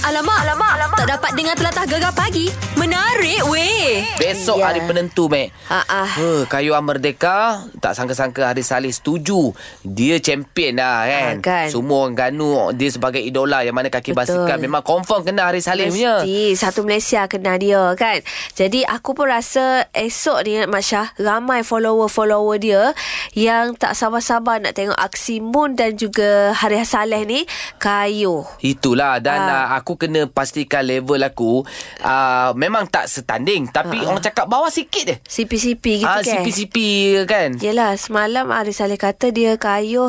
Alamak, alamak, alamak. Tak dapat dengar telatah gegar pagi. Menarik weh. Besok Ya. yeah. hari penentu, Mek. Ah, ah. Huh, Kayu Am Merdeka, tak sangka-sangka Haris Saleh setuju. Dia champion lah kan. Ah, kan. Semua orang Ganu, dia sebagai idola yang mana kaki Betul. basikal. Memang confirm kena Haris Saleh punya. Mesti satu Malaysia kenal dia kan. Jadi aku pun rasa esok ni Mak Syah ramai follower-follower dia yang tak sabar-sabar nak tengok aksi Moon dan juga Hariah Saleh ni kayu. Itulah dan Ah. uh, aku kena pastikan level aku uh, memang tak setanding tapi uh orang cakap bawah sikit je. CP-CP Ha, gitu Ah uh, kan. CP-CP kan. Yelah semalam Arif Saleh kata dia kayuh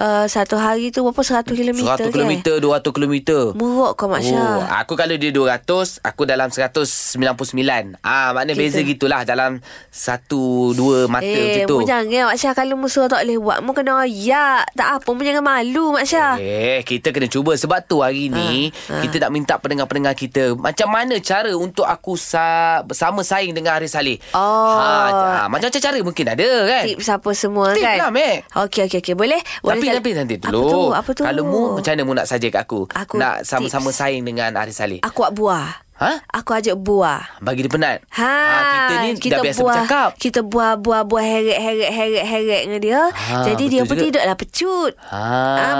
uh, satu hari tu berapa 100 km kan? 100 km, 200 km. Muruk kau Mak Syah. Oh, aku kalau dia 200, aku dalam 199. Ah, Gitu. maknanya beza gitulah dalam satu dua mata Eh, macam tu. mu jangan Mak Syah Kalau mu suruh tak boleh buat Mu kena ayak Tak apa, mu jangan malu Mak Syah Eh, kita kena cuba sebab tu hari ni ha. kita nak minta pendengar-pendengar kita macam mana cara untuk aku sa- sama saing dengan Haris Saleh. Oh. Ha, ha, macam-macam cara mungkin ada kan. Tips apa semua Tips kan lah, Mek. Okey, okey, okey Boleh? Boleh Tapi jalan- nanti nanti Apa tu? dulu. Apa tu? Kalau mu macam mana mu nak saja kat aku? Aku nak tips. sama-sama saing dengan Haris Saleh. Aku buat buah Ha? Aku ajak buah Bagi dia penat. Ha, Ah, kita ni dah biasa bercakap. Kita buah buah buah heret heret heret heret dengan dia. Ha, Jadi dia betul pun juga. tidaklah pecut. Ha. Ah,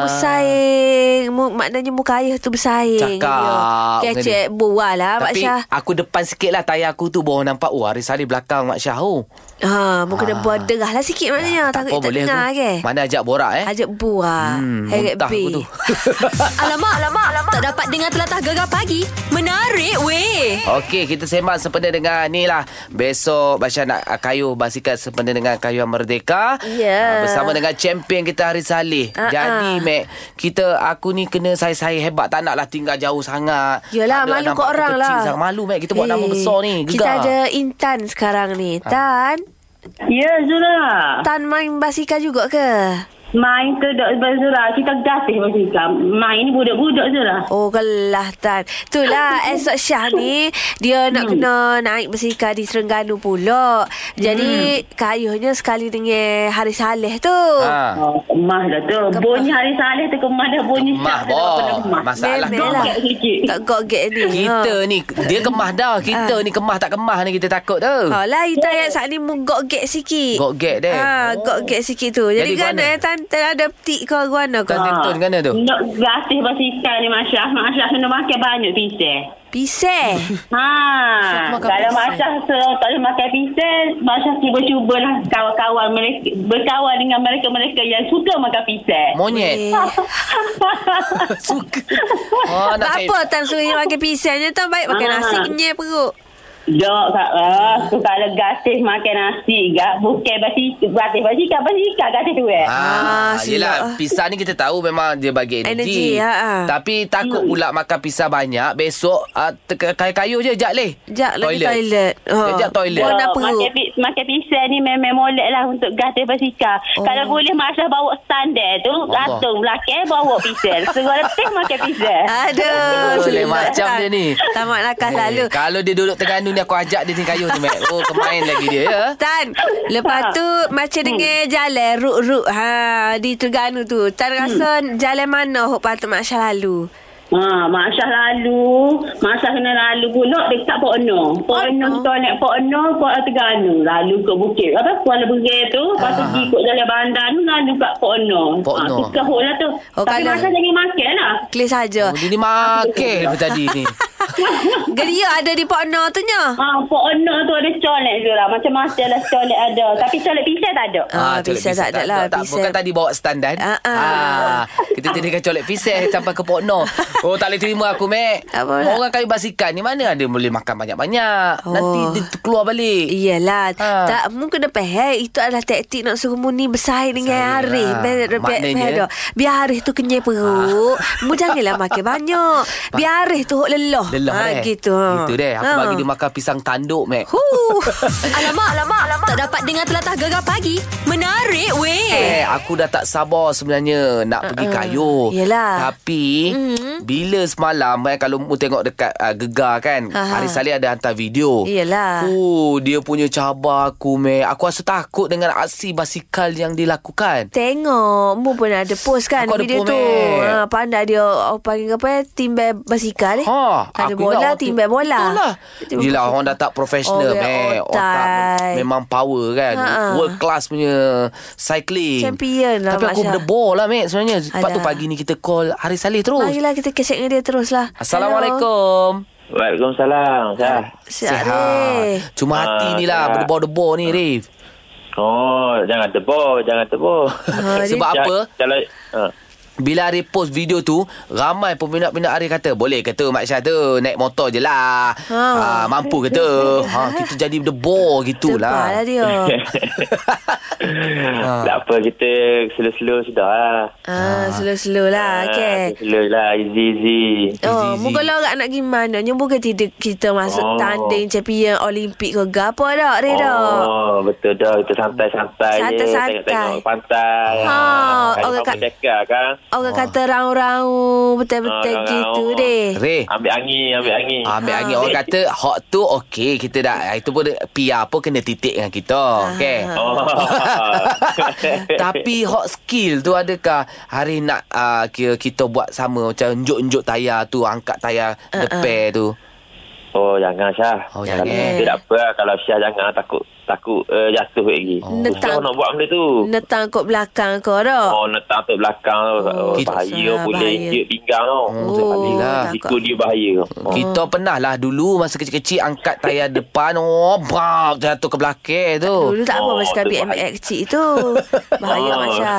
bersaing. Mu, maknanya muka ayah tu bersaing. dengan Cakap Dia. dengan Kecek buah lah Mak Tapi Syah. aku depan sikit lah Tayar aku tu Baru nampak Oh Haris Saleh belakang Mak Syah oh. Ha, mu kena Ah. buah derah lah sikit maknanya. Takut tak dengar ke. Mana ajak borak eh Ajak buah. Hmm, heret muntah aku B. tu. alamak, alamak, alamak. Tak dapat dengar telatah gegar pagi. Menarik weh. Okey, kita sembang sempena dengan ni lah. Besok Basya nak ah, kayuh basikal sempena dengan kayuh merdeka. Ya. Ah, Bersama dengan champion kita Haris Saleh. Ah, ah. Jadi, Mac, kita aku ni kena saya-saya hebat. Tak naklah tinggal jauh sangat. Yelah Tak nak malu nampak kau aku orang kecil lah Sangat. Malu, Mac. Kita buat Eh, nama besar ni. Gegar. Ah. Kita ada Intan sekarang ni Tan Ya Zura Tan main basikal juga ke? Main ke dok sebab Zura Kita gatih basikal Main ni budak-budak Zura Oh gelah Tan Itulah esok Syah ni Dia Hmm. nak kena naik basikal di Serengganu pula Jadi kayuhnya sekali dengan Hari Saleh tu Hmm. Ah. Oh, kemah dah tu. Bunyi hari salih tu kemah dah bunyi Kemah, siap dah boh. pada kemah. Mas- Masalah Memel lah. kau. Sikit. Kat gogek ni Ha. Kita Ah. ni Dia kemah dah Kita ni kemah tak kemah ni Kita takut tu Ha lah kita yang saat ni mu gogek sikit Gogek deh. ha, Oh. Gogek sikit tu Jadi, Jadi kan guana? eh Tan Tan ada petik kau Guana kau Tan dia- Betul, mana tu? Ah. Nak gatih basikal ni Masya Masya kena makan banyak pisang Pisang Ha, makan kalau pisang. Masya suruh tak boleh makan pisang, Masya cuba-cuba lah kawan-kawan mereka, berkawan dengan mereka-mereka yang suka makan pisang. Eh. Monyet Suka oh, Tak cari- apa Tan suruh dia makan pisangnya Tan baik makan Ah. nasi kenyai perut Dok, Kak. Ah, tu kalau gatih makan nasi, gak bukan basi, gatih basikal, basikal gatih tu eh. Ah, Ah, yelah silap. pisang ni kita tahu memang dia bagi energi. Energi, ha, ha. Tapi takut pula makan pisang banyak besok uh, kayu-kayu je jap leh. Jap lagi toilet. Ha. Jap, jap toilet. Buang Dok, nak perut. Makan, pi- makan pisang ni memang molek lah untuk gatih basikal. Oh. Oh. Kalau boleh Masya bawa standar tu, Allah. gantung belakang bawa pisang. Suruh letih makan pisang. Aduh, kan. Boleh macam dia ni. Tamat nakal selalu. Eh, kalau dia duduk Terengganu ni aku ajak dia ni kayu tu, Mat. Oh, kemain lagi dia ya. Tan, Ah. lepas tu macam Hmm. dengan jalan ruk-ruk ha, di Terengganu tu. Tan Hmm. rasa jalan mana hok patut Mak Syah lalu? Ha, Masya lalu, Masya kena lalu pula dekat Pok Eno. Pok Oh, Eno Eno. kita nak Pok Eno, Pok Terengganu. Lalu ke bukit, apa, Kuala Berai tu. Lepas tu Ah. pergi kot jalan bandar tu, lalu kat Pok Eno. Pok Ha, Eno. suka hok lah tu. Oh, Tapi kalau- Masya jangan makan lah. Clear saja. Oh, dia ni makan daripada tadi ni. Oh. Geria ada di Pok Noh tu nya. Ha, Pok Eno tu ada colek je lah. Macam-macam lah colek ada. Tapi colek pisang tak ada. Ah, colek pisang tak ada lah, Tak, pisang. bukan tadi bawa standar. Ah, ah. kita jadikan colek pisang sampai ke Pokno. Oh, tak boleh terima aku, Mek. Tak apa pula. Orang kayu basikal ni mana ada boleh makan banyak-banyak. Oh. Nanti dia keluar balik. Iyalah Ha. Tak Mu kena pehel Itu adalah taktik Nak suruh mu ni Bersaing dengan Bersaing, Arif ha. Be- be- Maknanya- Ha. pehel dah. Biar Arif tu kenyai perut Mu janganlah makan banyak Biar Arif tu hok lelah Lelah lah Ha, deh. gitu, ha. Gitu deh. Aku Ha. bagi dia makan pisang tanduk, Mek. Huh. alamak, alamak, alamak. Tak dapat dengar telatah gegar pagi. Menarik, weh. Eh, aku dah tak sabar sebenarnya nak uh, pergi kayuh. Uh-uh. Yelah. Tapi mm-hmm. bila semalam eh, kalau mu tengok dekat uh, Gegar kan, Aha. Hari Saleh ada hantar video. Yelah. Oh, dia punya cabar aku meh. Aku rasa takut dengan aksi basikal yang dilakukan. Tengok Mu pun ada post kan Aku ada Video post, eh. tu ha, Mat. Pandai dia oh, Panggil apa eh, Timbai basikal eh Ha, Ada aku nak bola waktu- Timbai bola Betul lah. Yelah, orang dah tak profesional, Orang meh. otai. memang power kan. Ha, ha. World class punya cycling. Champion lah, Tapi Mak aku Syah. berdebor lah, meh. Sebenarnya. Sebab Alah. tu pagi ni kita call Hari Saleh terus. Marilah kita kesek dengan dia terus lah Assalamualaikum. Waalaikumsalam Syah Sihat Eh, Reh. Cuma Ah, hati ni lah sihat. Berdebor-debor ni Rif Oh Jangan tebur Jangan tebur Ah, dia- Sebab Ya. apa Kalau uh, Bila Ari post video tu Ramai peminat-peminat Ari kata Boleh ke tu Mak Syah tu Naik motor je lah ha. Ha. Mampu ke tu ha, Kita jadi berdebor Tebal lah gitulah dia Ha. Tak apa Kita slow-slow sudah lah Ha, ah, Slow-slow Ha, lah okay. Slow lah Easy-easy Oh, Easy, mu easy. kalau agak nak pergi mana Nyo bukan tidak kita masuk Oh. tanding champion Olimpik ke apa dak Reh dak. Oh betul dah kita santai-santai je Santai-santai. tengok-tengok pantai. Ha, kalau orang kamu kat- dekat kan. Orang kata raung-raung betul-betul Ah, gitu raung-raung. deh. Rif Ambil angin, ambil angin. Eh. Ha, Ambil angin Orang kata Hot tu okey Kita dah Itu pun PR pun kena titik dengan kita Okay Oh. Tapi hot skill tu adakah hari nak uh, kira kita buat sama macam unjuk-unjuk tayar tu angkat tayar uh-uh. depan tu. Oh jangan Syah Oh, Kalau jangan. Kita tak apa lah. Kalau Syah jangan Takut takut uh, jatuh lagi Oh. Netang. Susah nak buat benda tu Netang kot belakang kau dak. Oh letak atas belakang Oh, oh, kita- Bahaya Syah, boleh bahaya. injek pinggang tau tu bahaya lah. Ikut dia bahaya Oh. Kita pernah lah dulu masa kecil-kecil angkat tayar depan oh bang jatuh ke belakang tu. Dulu tak apa Oh, basikal tu bahaya. BMX cik tu. Bahaya Oh. Masya.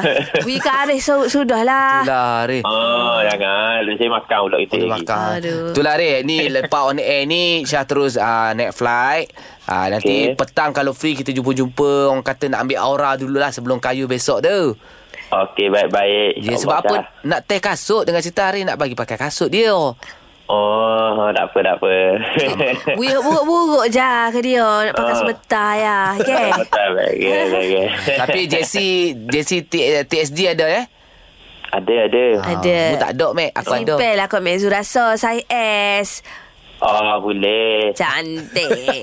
Wi karis so, sudahlah. Itulah Reh. Oh jangan Dia saya makan pula kita Boleh lagi makan. Aduh. Itulah Reh. Ni lepas on air ni Syah terus uh, naik flight. Uh, nanti okay. Okey. petang kalau free kita jumpa-jumpa. Orang kata nak ambil aura dululah sebelum kayu besok tu. Okey baik-baik Ya, InsyaAllah, sebab apa Syah. nak teh kasut dengan cerita hari nak bagi pakai kasut dia. Oh tak apa tak apa Wi buruk-buruk je ke dia nak pakai Ah. sebetar ya. Okey. Tak baik okay, okay. Tapi JC JC T- TSD ada eh? Ada ada Ada. Mu tak ada Mac, aku ada. Simple lah kot Mezu rasa Saya S Oh boleh Cantik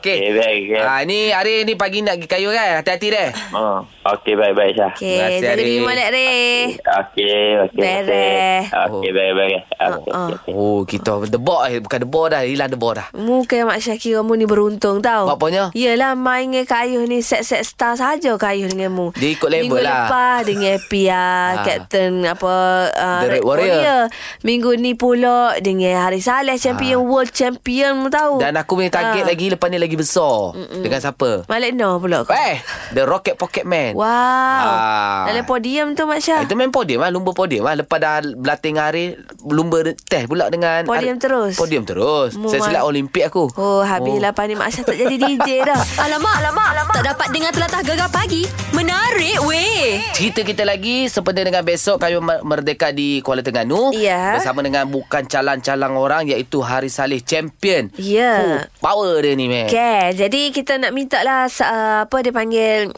Okey baik okay. Ah ni hari ni pagi nak pergi kayu kan? Hati-hati deh. Oh, Okey baik-baik Syah Terima Okay kasih, Jaga Ari. diri molek Reh Okey, okey. Beres. Okey, Okey, baik, baik. Okey, Oh, oh. okey. Oh, kita debok eh. Bukan debok dah, hilang debok dah. Mu kayak Mak Syakira mu ni beruntung tau Buat apanya? Yelah main dengan kayuh ni Set-set star saja kayuh dengan mu Dia ikut level Minggu lah. lepas dengan Pia Ah. Captain apa uh, The Red Warrior. Minggu ni pula Dengan Hari Saleh Champion World Champion mu tahu Ah. Dan aku punya target Ah. lagi lepas ni lagi besar. Mm-mm. Dengan siapa? Malik Noh pula Eh, The Rocket Pocket Man. Wow Ah. Dalam podium tu Mak Syah Itu main podium lah, lumba podium lah. Lepas dah berlatih dengan hari, lumba test pula dengan... Podium hari- terus? Podium terus. Mu Saya main- silap Olimpik aku. Oh, habislah oh. Pani Mak Syah tak jadi DJ dah. alamak, alamak, alamak. Tak dapat dengar telatah gegar pagi. Menarik, weh. Cerita kita lagi sempena dengan besok Kayu Mer- Merdeka di Kuala Terengganu Ya. bersama dengan bukan calang-calang orang iaitu Hari Saleh champion. Ya. Oh, power dia ni meh. Okay, jadi kita nak minta lah uh, apa dia panggil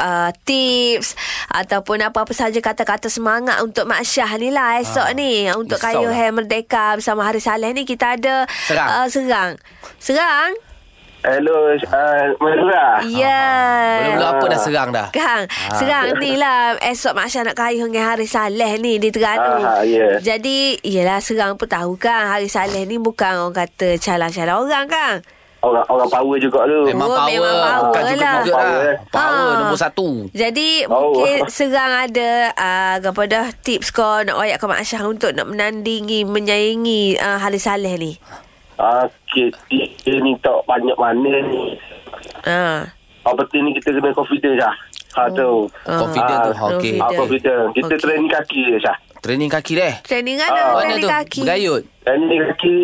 uh, tips ataupun apa-apa saja kata-kata semangat untuk Mak Syah ni lah esok Ha. ni untuk Risau kayu lah. hair merdeka bersama Hari Saleh ni kita ada Serang. Uh, serang. Serang? Hello, uh, Ya. Mazura. Yeah. Belum-belum apa dah serang dah. Kang, Ah, serang ni lah esok Mak Syah nak kayuh dengan Hari Saleh ni di Terengganu. Ah, ya. Jadi, yelah serang pun tahu kan Hari Saleh ni bukan orang kata calang-calang orang kan. Orang orang power juga tu. Memang Oh, power. memang power bukan lah. juga lah. Power, eh. Power Ha. nombor satu. Jadi Oh. mungkin serang ada uh, apa dah tips kau nak wayak ke Mak Syah untuk nak menandingi, menyaingi uh, Hari Saleh ni. Okey, kita ni tak banyak mana ni. Ha. Apa tu ni kita kena confident dah. Ha tu. Ah. Oh. Confident tu, Ah, okey. Ah, confident. Kita Okey. training kaki je Syah. Training kaki deh. Training ada, Ah. Mana training tu? kan? kaki. Bergayut. Training kaki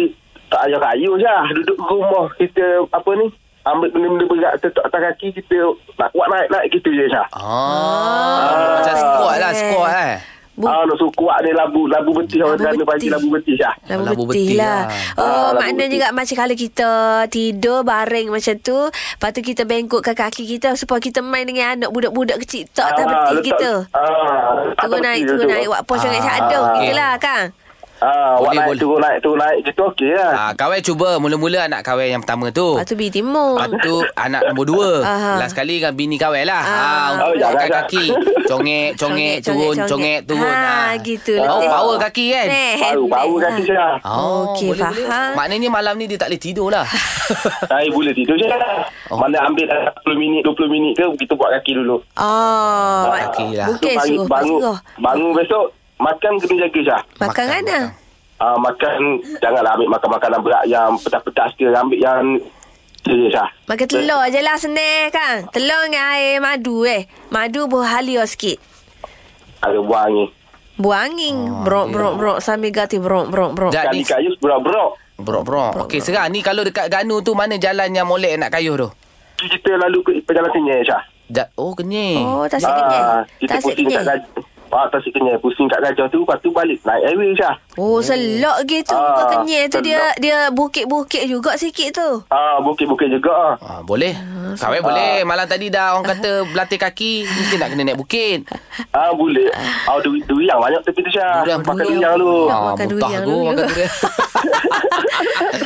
tak payah kayu Syah. Duduk rumah kita apa ni? Ambil benda-benda berat tetak atas kaki kita nak buat naik-naik gitu je Syah. Ah. Ah. Macam squat lah, Eh. squat eh. Bu- Ah, nak suku kuat ni labu, labu betih orang Labu sana panggil betih. labu betih lah. Labu, Labu betih, betih lah. lah. Oh, Ah, labu maknanya betih. juga macam kalau kita tidur baring macam tu, lepas tu kita bengkokkan kaki kita supaya kita main dengan anak budak-budak kecil. Tak tak betih kita. Ah, tak Turun tak naik, betih turun tu. naik. Wak pos sangat Ah, cadung. okey. Itulah, Kang. Ah, awak Boleh, naik, boleh. turun naik, turun naik. Kita okey lah. Ah, kawan cuba mula-mula anak kawan yang pertama tu. Lepas tu bini timur. Lepas tu anak nombor dua Aha. Last kali dengan bini kawin lah Ah. ha, Oh, Untuk jangan, angkat jangan. kaki Congek, congek, turun, congek, turun Ha, Ah. gitu. Oh, Letih. power kaki kan Oh, Neh, Baru, baru neh, kaki ha. saya. Ah. Okey, boleh, boleh. faham. Maknanya malam ni dia tak boleh tidur lah Saya boleh tidur je lah. Oh. Mana ambil dalam 10 minit, 20 minit ke, kita buat kaki dulu. Oh, mak- Okey lah. Bukan pagi suruh bangun, suruh. bangun besok, makan kena jaga Syah. Makan kan, mana? Ah, makan, janganlah ambil makan makanan berat yang pedas-pedas ke. Ambil yang... Ya, Syah. Makan telur je lah senang kan. Telur dengan air madu eh. Madu berhalia sikit. Ada buah ni. Buah angin. Ah, Oh, brok, brok, brok. Sambil gati brok, brok, brok. Jat Kali ni kayu berok-berok. Brok-brok Okey, serang ni kalau dekat Ganu tu Mana jalan yang molek nak kayuh tu? Kita lalu ke perjalanan kenyai Syah. Jat, oh, kenyai Oh, tasik Ah, kenyai. Kita Tasik pusing kat kenyai. gajah. Ah, tasik kenyai. Pusing kat gajah tu, lepas tu balik. Naik highway Syah. Oh, selok gitu. Bukan Ah, kenyai tu dia selok. dia bukit-bukit juga sikit tu. Ah, bukit-bukit juga ah. Ah, boleh Kawin boleh Malam tadi dah orang kata Belatih kaki Mesti nak kena naik bukit Ah boleh. Ah du durian banyak tepi tu Syah. Durian Ah, Makan durian. durian tu. Nak Ah, makan mentah durian tu, dulu. makan durian.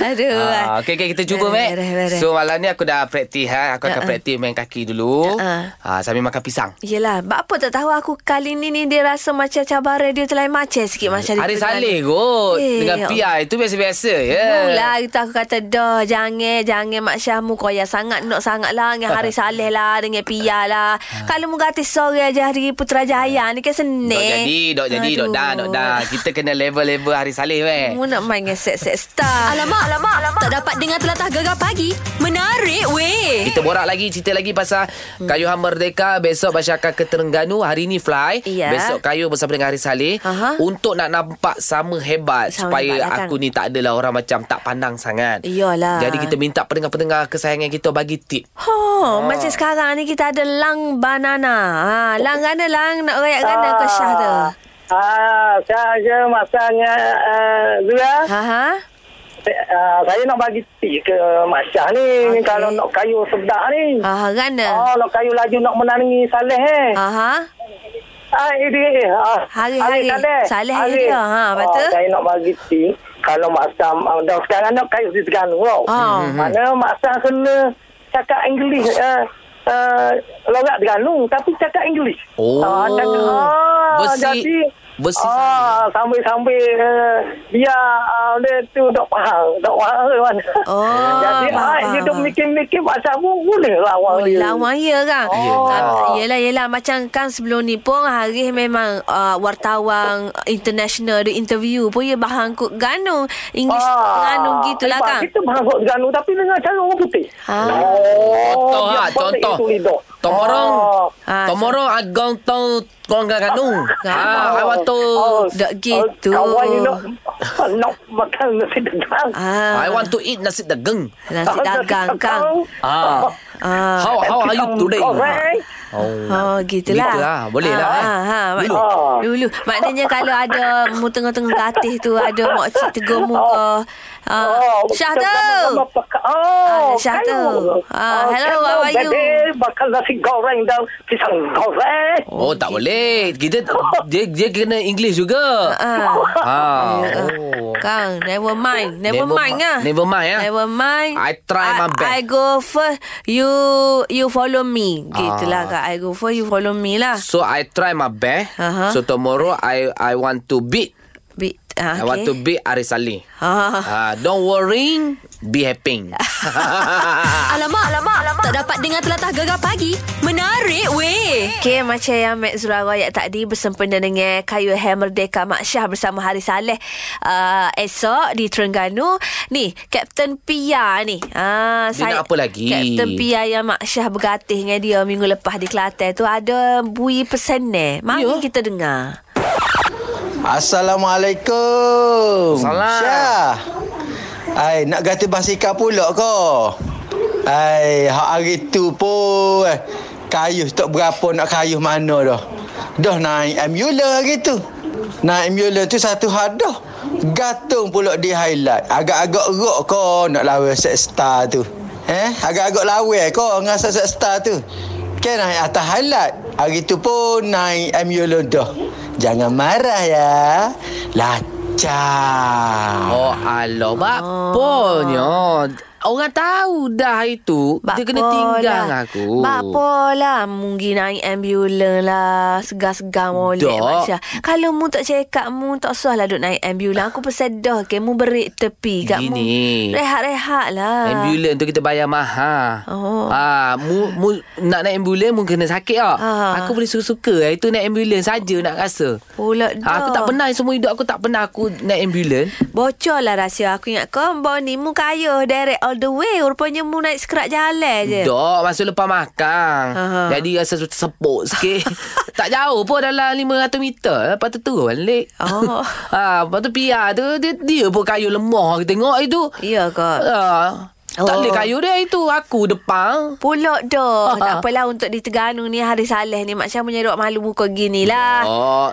Aduh. eh. Ah, okay, okay, kita cuba, Mek. Beres, beres. So, malam ni aku dah praktis. Ha? Aku Ya, akan ah. praktis main kaki dulu. Ya, Ah, sambil makan pisang. Yelah, bak apa tak tahu aku kali ni ni dia rasa macam cabaran dia terlain macam sikit macam Hari Saleh kot. Eh, Dengan ya Pia itu biasa-biasa. Ya. Mula lah, kita aku kata dah jangan jangan mak Syahmu koyak sangat nak sangat lah dengan hari Saleh lah dengan Pia lah. Kalau mu kata sore aja hari Putrajaya ni kan senang. Ah. Dok jadi, dok jadi, dok dah, dok dah. Kita kena level-level Hari Saleh, Mek. Mu nak main dengan set-set star. Alamak, alamak, alamak. Tak dapat dengar telatah gegar pagi. Menarik, weh. Kita borak lagi, cerita lagi pasal Hmm. Kayuhan Merdeka. Besok Basya akan ke Terengganu. Hari ni fly. Ya. Besok kayu bersama dengan Hari Saleh. Aha. Untuk nak nampak sama hebat. Sama supaya hebat datang. aku ni tak adalah orang macam tak pandang sangat. Iyalah. Jadi kita minta pendengar-pendengar kesayangan kita bagi tip. Ho, macam sekarang ni kita ada lang banana. Ha, lang gana lang nak rayak gana ke Syah tu. Ah, saya masanya uh, Zura. Ha ha. Uh, saya nak bagi tip ke Mak Syah ni. Okey. Kalau nak kayu sedap ni. Ha ha gana. Oh, nak kayu laju nak menangi Saleh eh. Ha ha. Ah, ini. Ah, Hari-hari. Saleh hari dia, ha, lepas tu? oh, Saya nak bagi tip. Kalau Mak Syah, ah, dah sekarang nak kayu di Terengganu. tau. Oh. Mhm. Mana Mak Syah kena cakap English. Uh, Uh, lorak Terengganu tapi cakap English. Oh. Ah, cakap, ah, Besi- jadi, besi ah, sambil-sambil uh, dia uh, dia tu dok faham, dok faham ke mana. Oh, jadi faham, ah, dia faham, dok faham. mikir-mikir macam pun lah boleh lawan Boleh dia. lawan ya kan Oh. Yelah Yelah yelah Macam kan sebelum ni pun Hari memang uh, Wartawan International Dia interview pun Ya bahan kut ganung English ah. ganung gitulah sebab kan Kita bahasa Ganu tapi dengan cara orang putih. Ah. Oh, Contoh dia lah, boleh contoh. itu lidah. Tomorong. Ah. Ah, Tomorong agong tau kongga kanu. Ah, Oh. awak tu. Oh, Dak gitu. oh, Kawan you nak, nak makan nasi degang. ah, I want to eat nasi daging. Nasi dagang kan Ah. ah. How how are you today? Correct. Oh. Oh, gitulah. Gitulah, boleh lah, eh. Ha, ha, mak, Dulu. dulu. Maknanya kalau ada mu tengah-tengah latih tu ada mak cik tegur mu ke. Oh, Ah, Syah tu. Oh, Ah, Syah tu. Ah, Oh, hello, hello, how are you? baby. Makan nasi goreng dan pisang goreng. Oh, tak boleh. Kita dia dia kena English juga. Ah. Ah. Oh. Kang, never mind. Never, Never mind mi- ah. never mind, ah. Never mind. I try my I- best. I go first, you you follow me. Gitulah Ah. Kang. I go first, you follow me lah. So I try my best. Aha. So tomorrow I I want to beat. Be, ah, I want to beat Arisali. Ah. Ah, don't worry, be happy. Alamak, alamak, alamak. Tak dapat dengar telatah gegar pagi. Menarik, weh. Okey, macam yang Mek Zura royak tadi bersempena dengan kayu hair merdeka Mak Syah bersama Hari Saleh uh, esok di Terengganu. Ni, Kapten Pia ni. Ah, Dia nak apa lagi? Kapten Pia yang Mak Syah bergatih dengan dia minggu lepas di Kelantan tu ada bui pesenai. Mari Ya. yeah. kita dengar. Assalamualaikum. Salam. Syah. lah. Ai nak ganti basikal pula kau. Ai hak hari tu pun eh, kayuh tak berapa nak kayuh mana dah. Dah naik ambulan hari tu. Naik mula tu satu hadah. Gantung pula di highlight. Agak-agak rock kau nak lawan set star tu. Eh, agak-agak lawan kau dengan set set star tu. Kan naik atas highlight. Hari tu pun naik Emulon dah. Jangan marah ya. Lacak. Oh, aloh. Bapanya. Orang tahu dah itu. Dia kena tinggal dengan aku. Bapa lah. Mungkin naik ambulan lah. Segar-segar molek Dok. Masya. Kalau mu tak cekak mu tak usah lah duk naik ambulan. Aku pesan dah ke mu berik tepi kat mu. Gini. Rehat-rehat lah. Ambulan tu kita bayar mahal. Oh. Ha, mu, mu, nak naik ambulan mu kena sakit tak? Ah. Aku boleh suka-suka. Itu naik ambulan saja nak rasa. Pula dah. Ha, aku tak pernah semua hidup aku tak pernah aku naik ambulan. Bocor lah rahsia aku ingat kau Bawa ni mu kaya direct all the way Rupanya mu naik sekerat jalan je Dok, masa lepas makan. Aha. Jadi rasa sepuk sikit. tak jauh pun dalam 500 meter. Lepas tu turun balik. Oh. ha, lepas tu piar tu dia, dia pun kayu lemah aku tengok itu. Ya kot Ha, Tak Oh. boleh kayu dia itu Aku depan Pulak dah Ha. Tak apalah untuk di Terengganu ni Hari Saleh ni Mak Syah menyerok malu muka gini lah Oh,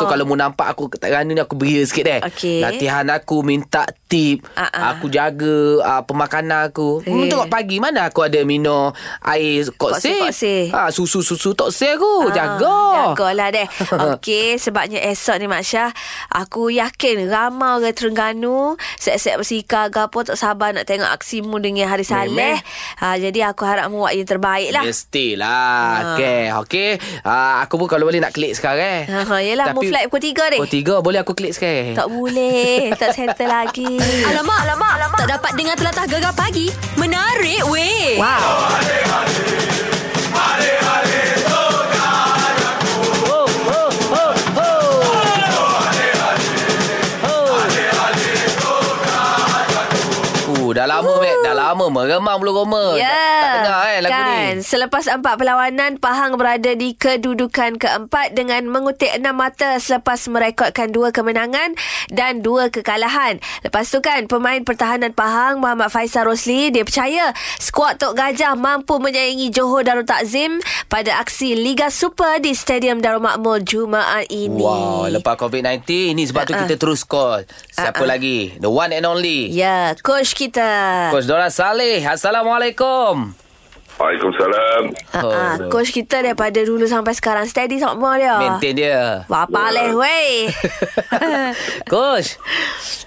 Ha. tu kalau mu nampak aku kat kerana ni aku beria sikit deh. Okey. Latihan aku minta tip. Ah, ah. Aku jaga uh, pemakanan aku. Eh. Mu tengok pagi mana aku ada minum air Koksir, koksir. koksir. Ha, susu-susu toksir Ah, aku. jaga. Jagalah deh Okey Sebabnya esok ni Mak Syah Aku yakin Ramai orang Terengganu Set-set bersika Gapo tak sabar Nak tengok aksi mu Dengan Hari Saleh ha, Jadi aku harap mu Buat yang terbaik lah Ah. Mestilah ha. Okay Okay uh, Aku pun kalau boleh nak klik sekarang eh. Ha, ha, yelah, mu flight pukul tiga ni. Pukul tiga boleh aku klik sekarang Tak boleh Tak settle lagi Alamak, alamak, alamak. Tak dapat dengar telatah gegar pagi. Menarik, weh. Uh, Wow Uh, dah lama, Mek. Dah lama, Mek. Remang belum Roma. Ya. Tak, tak dengar, eh, lagu kan? ni. Selepas empat perlawanan, Pahang berada di kedudukan keempat dengan mengutik enam mata selepas merekodkan dua kemenangan dan dua kekalahan. Lepas tu kan, pemain pertahanan Pahang, Muhammad Faisal Rosli, dia percaya skuad Tok Gajah mampu menyaingi Johor Darul Takzim pada aksi Liga Super di Stadium Darul Makmur Jumaat ini. Wow, lepas COVID-19 ni sebab uh-uh. tu kita terus call. Siapa uh-uh. lagi? The one and only. Yeah. Ya, coach kita. Coach Dora Saleh. Assalamualaikum. Waalaikumsalam. Ah, ah, Oh. coach kita daripada dulu sampai sekarang steady sama dia. Maintain dia. Bapa leh weh. Coach.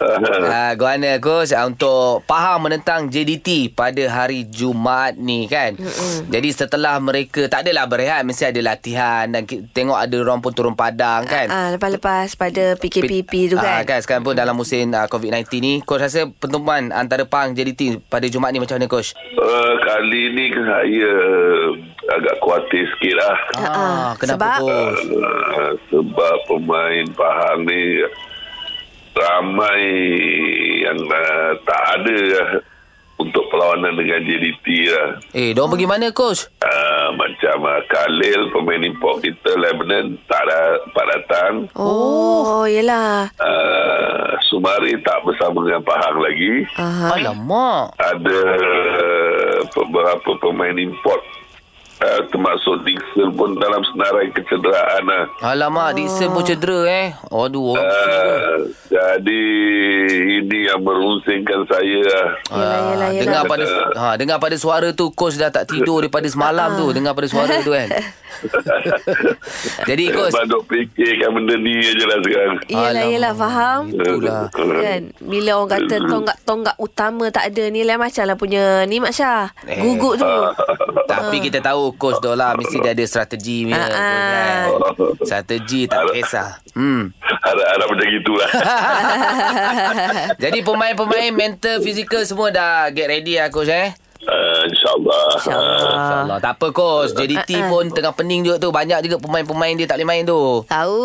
Uh, Gohana Coach uh, Untuk faham menentang JDT Pada hari Jumaat ni kan mm Jadi setelah mereka Tak adalah berehat Mesti ada latihan Dan ki- tengok ada orang pun turun padang kan Ah, lepas-lepas pada PKPP tu Ah, kan. kan sekarang pun dalam musim uh, COVID-19 ni coach rasa pertemuan antara Pang JDT pada Jumaat ni macam mana coach? Uh, kali ni saya eh, agak khawatir sikit lah. Ah, kenapa sebab- coach? Uh, sebab pemain Pahang ni ramai yang uh, tak ada lah untuk perlawanan dengan JDT lah. Eh, diorang pergi mana coach? Uh, macam uh, Khalil, pemain import kita, Lebanon, tak, ada, tak datang. Oh, yelah. Uh, Sumari tak bersama dengan Pahang lagi. Aha. Alamak. ada uh, beberapa pemain import uh, termasuk Dixon pun dalam senarai kecederaan lah. Alamak, Dixon Oh. pun cedera eh. Aduh, orang Ah. cedera. Uh, jadi ini yang merungsingkan saya lah. Yelah, yelah, Ah, yelah. dengar pada ha dengar pada suara tu coach dah tak tidur daripada semalam Ah. tu dengar pada suara tu kan. Jadi coach Sebab duk fikirkan benda ni je lah sekarang. Yelah, Alamak. yelah, faham. itulah. Kan, bila orang kata tonggak-tonggak utama tak ada ni lah macam lah punya ni Mak Syah. Eh. Gugup tu. Tapi kita tahu coach Dola mesti dia ada strategi punya Ah, ah. tu kan. Strategi tak kisah. Hmm. Harap-harap macam itulah. Ya Jadi pemain-pemain mental fizikal semua dah get ready lah coach eh. uh, InsyaAllah. InsyaAllah. InsyaAllah. Tak apa coach. Ah, JDT pun tengah pening juga tu. Banyak juga pemain-pemain dia tak boleh main tu. Tahu?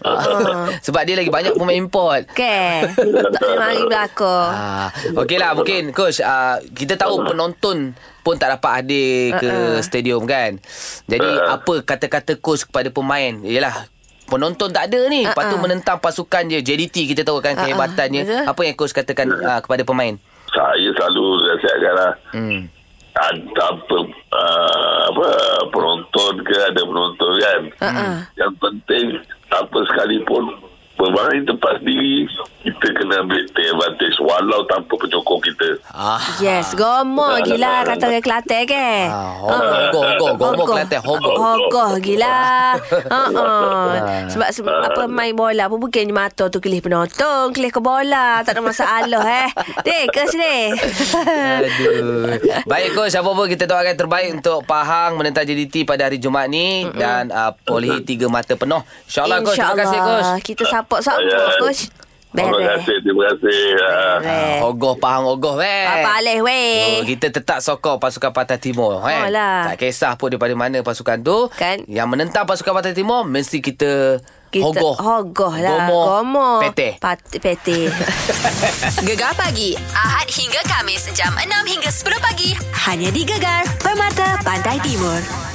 Ah. Sebab dia lagi banyak pemain import. Ke? Tak boleh mari belakang. Ah, okeylah mungkin coach uh, kita tahu penonton pun tak dapat hadir ke Ah, uh-uh. stadium kan. Jadi uh. apa kata-kata coach kepada pemain? Yalah penonton tak ada ni. Uh-uh. Lepas Ah, tu menentang pasukan je JDT kita tahu kan uh-uh. kehebatannya. Betul. Apa yang coach katakan uh, kepada pemain? Saya selalu nasihatkan lah. Hmm. ada apa, uh, apa Ah. penonton ke ada penonton kan. Uh-uh. Yang penting apa sekalipun bermain tempat sendiri kita kena ambil take advantage walau tanpa penyokong kita Ah. Yes, gomoh gila kata orang Kelantan eh, ke. Ah, hogoh, hogoh, hogoh. Gomoh Kelantan, hogoh. Ah. Hogoh gila. Uh-uh. Sebab, sebab apa main bola pun bukan mata tu kelih penonton, kelih ke bola. Tak ada masalah eh. Dek, ke sini. Aduh. Baik coach, apa pun kita doakan terbaik untuk Pahang menentang JDT pada hari Jumaat ni Mm-mm. dan uh, perolehi tiga mata penuh. InsyaAllah coach, terima kasih coach. InsyaAllah. Kita support sama Ayah. coach. terima Beres. kasih terima kasih Ah. Beres. Ogoh Pahang Ogoh weh. Papa Alih Oh, weh. kita tetap sokong pasukan Pantai Timur kan? Oh, lah. Tak kisah pun daripada mana pasukan tu Kan. Yang menentang pasukan Pantai Timur Mesti kita, Hogoh Hogoh lah. Gomoh Gomoh. Pete Pat- pete. Gegar pagi Ahad hingga Kamis jam 6 hingga 10 pagi hanya di Gegar Permata Pantai Timur.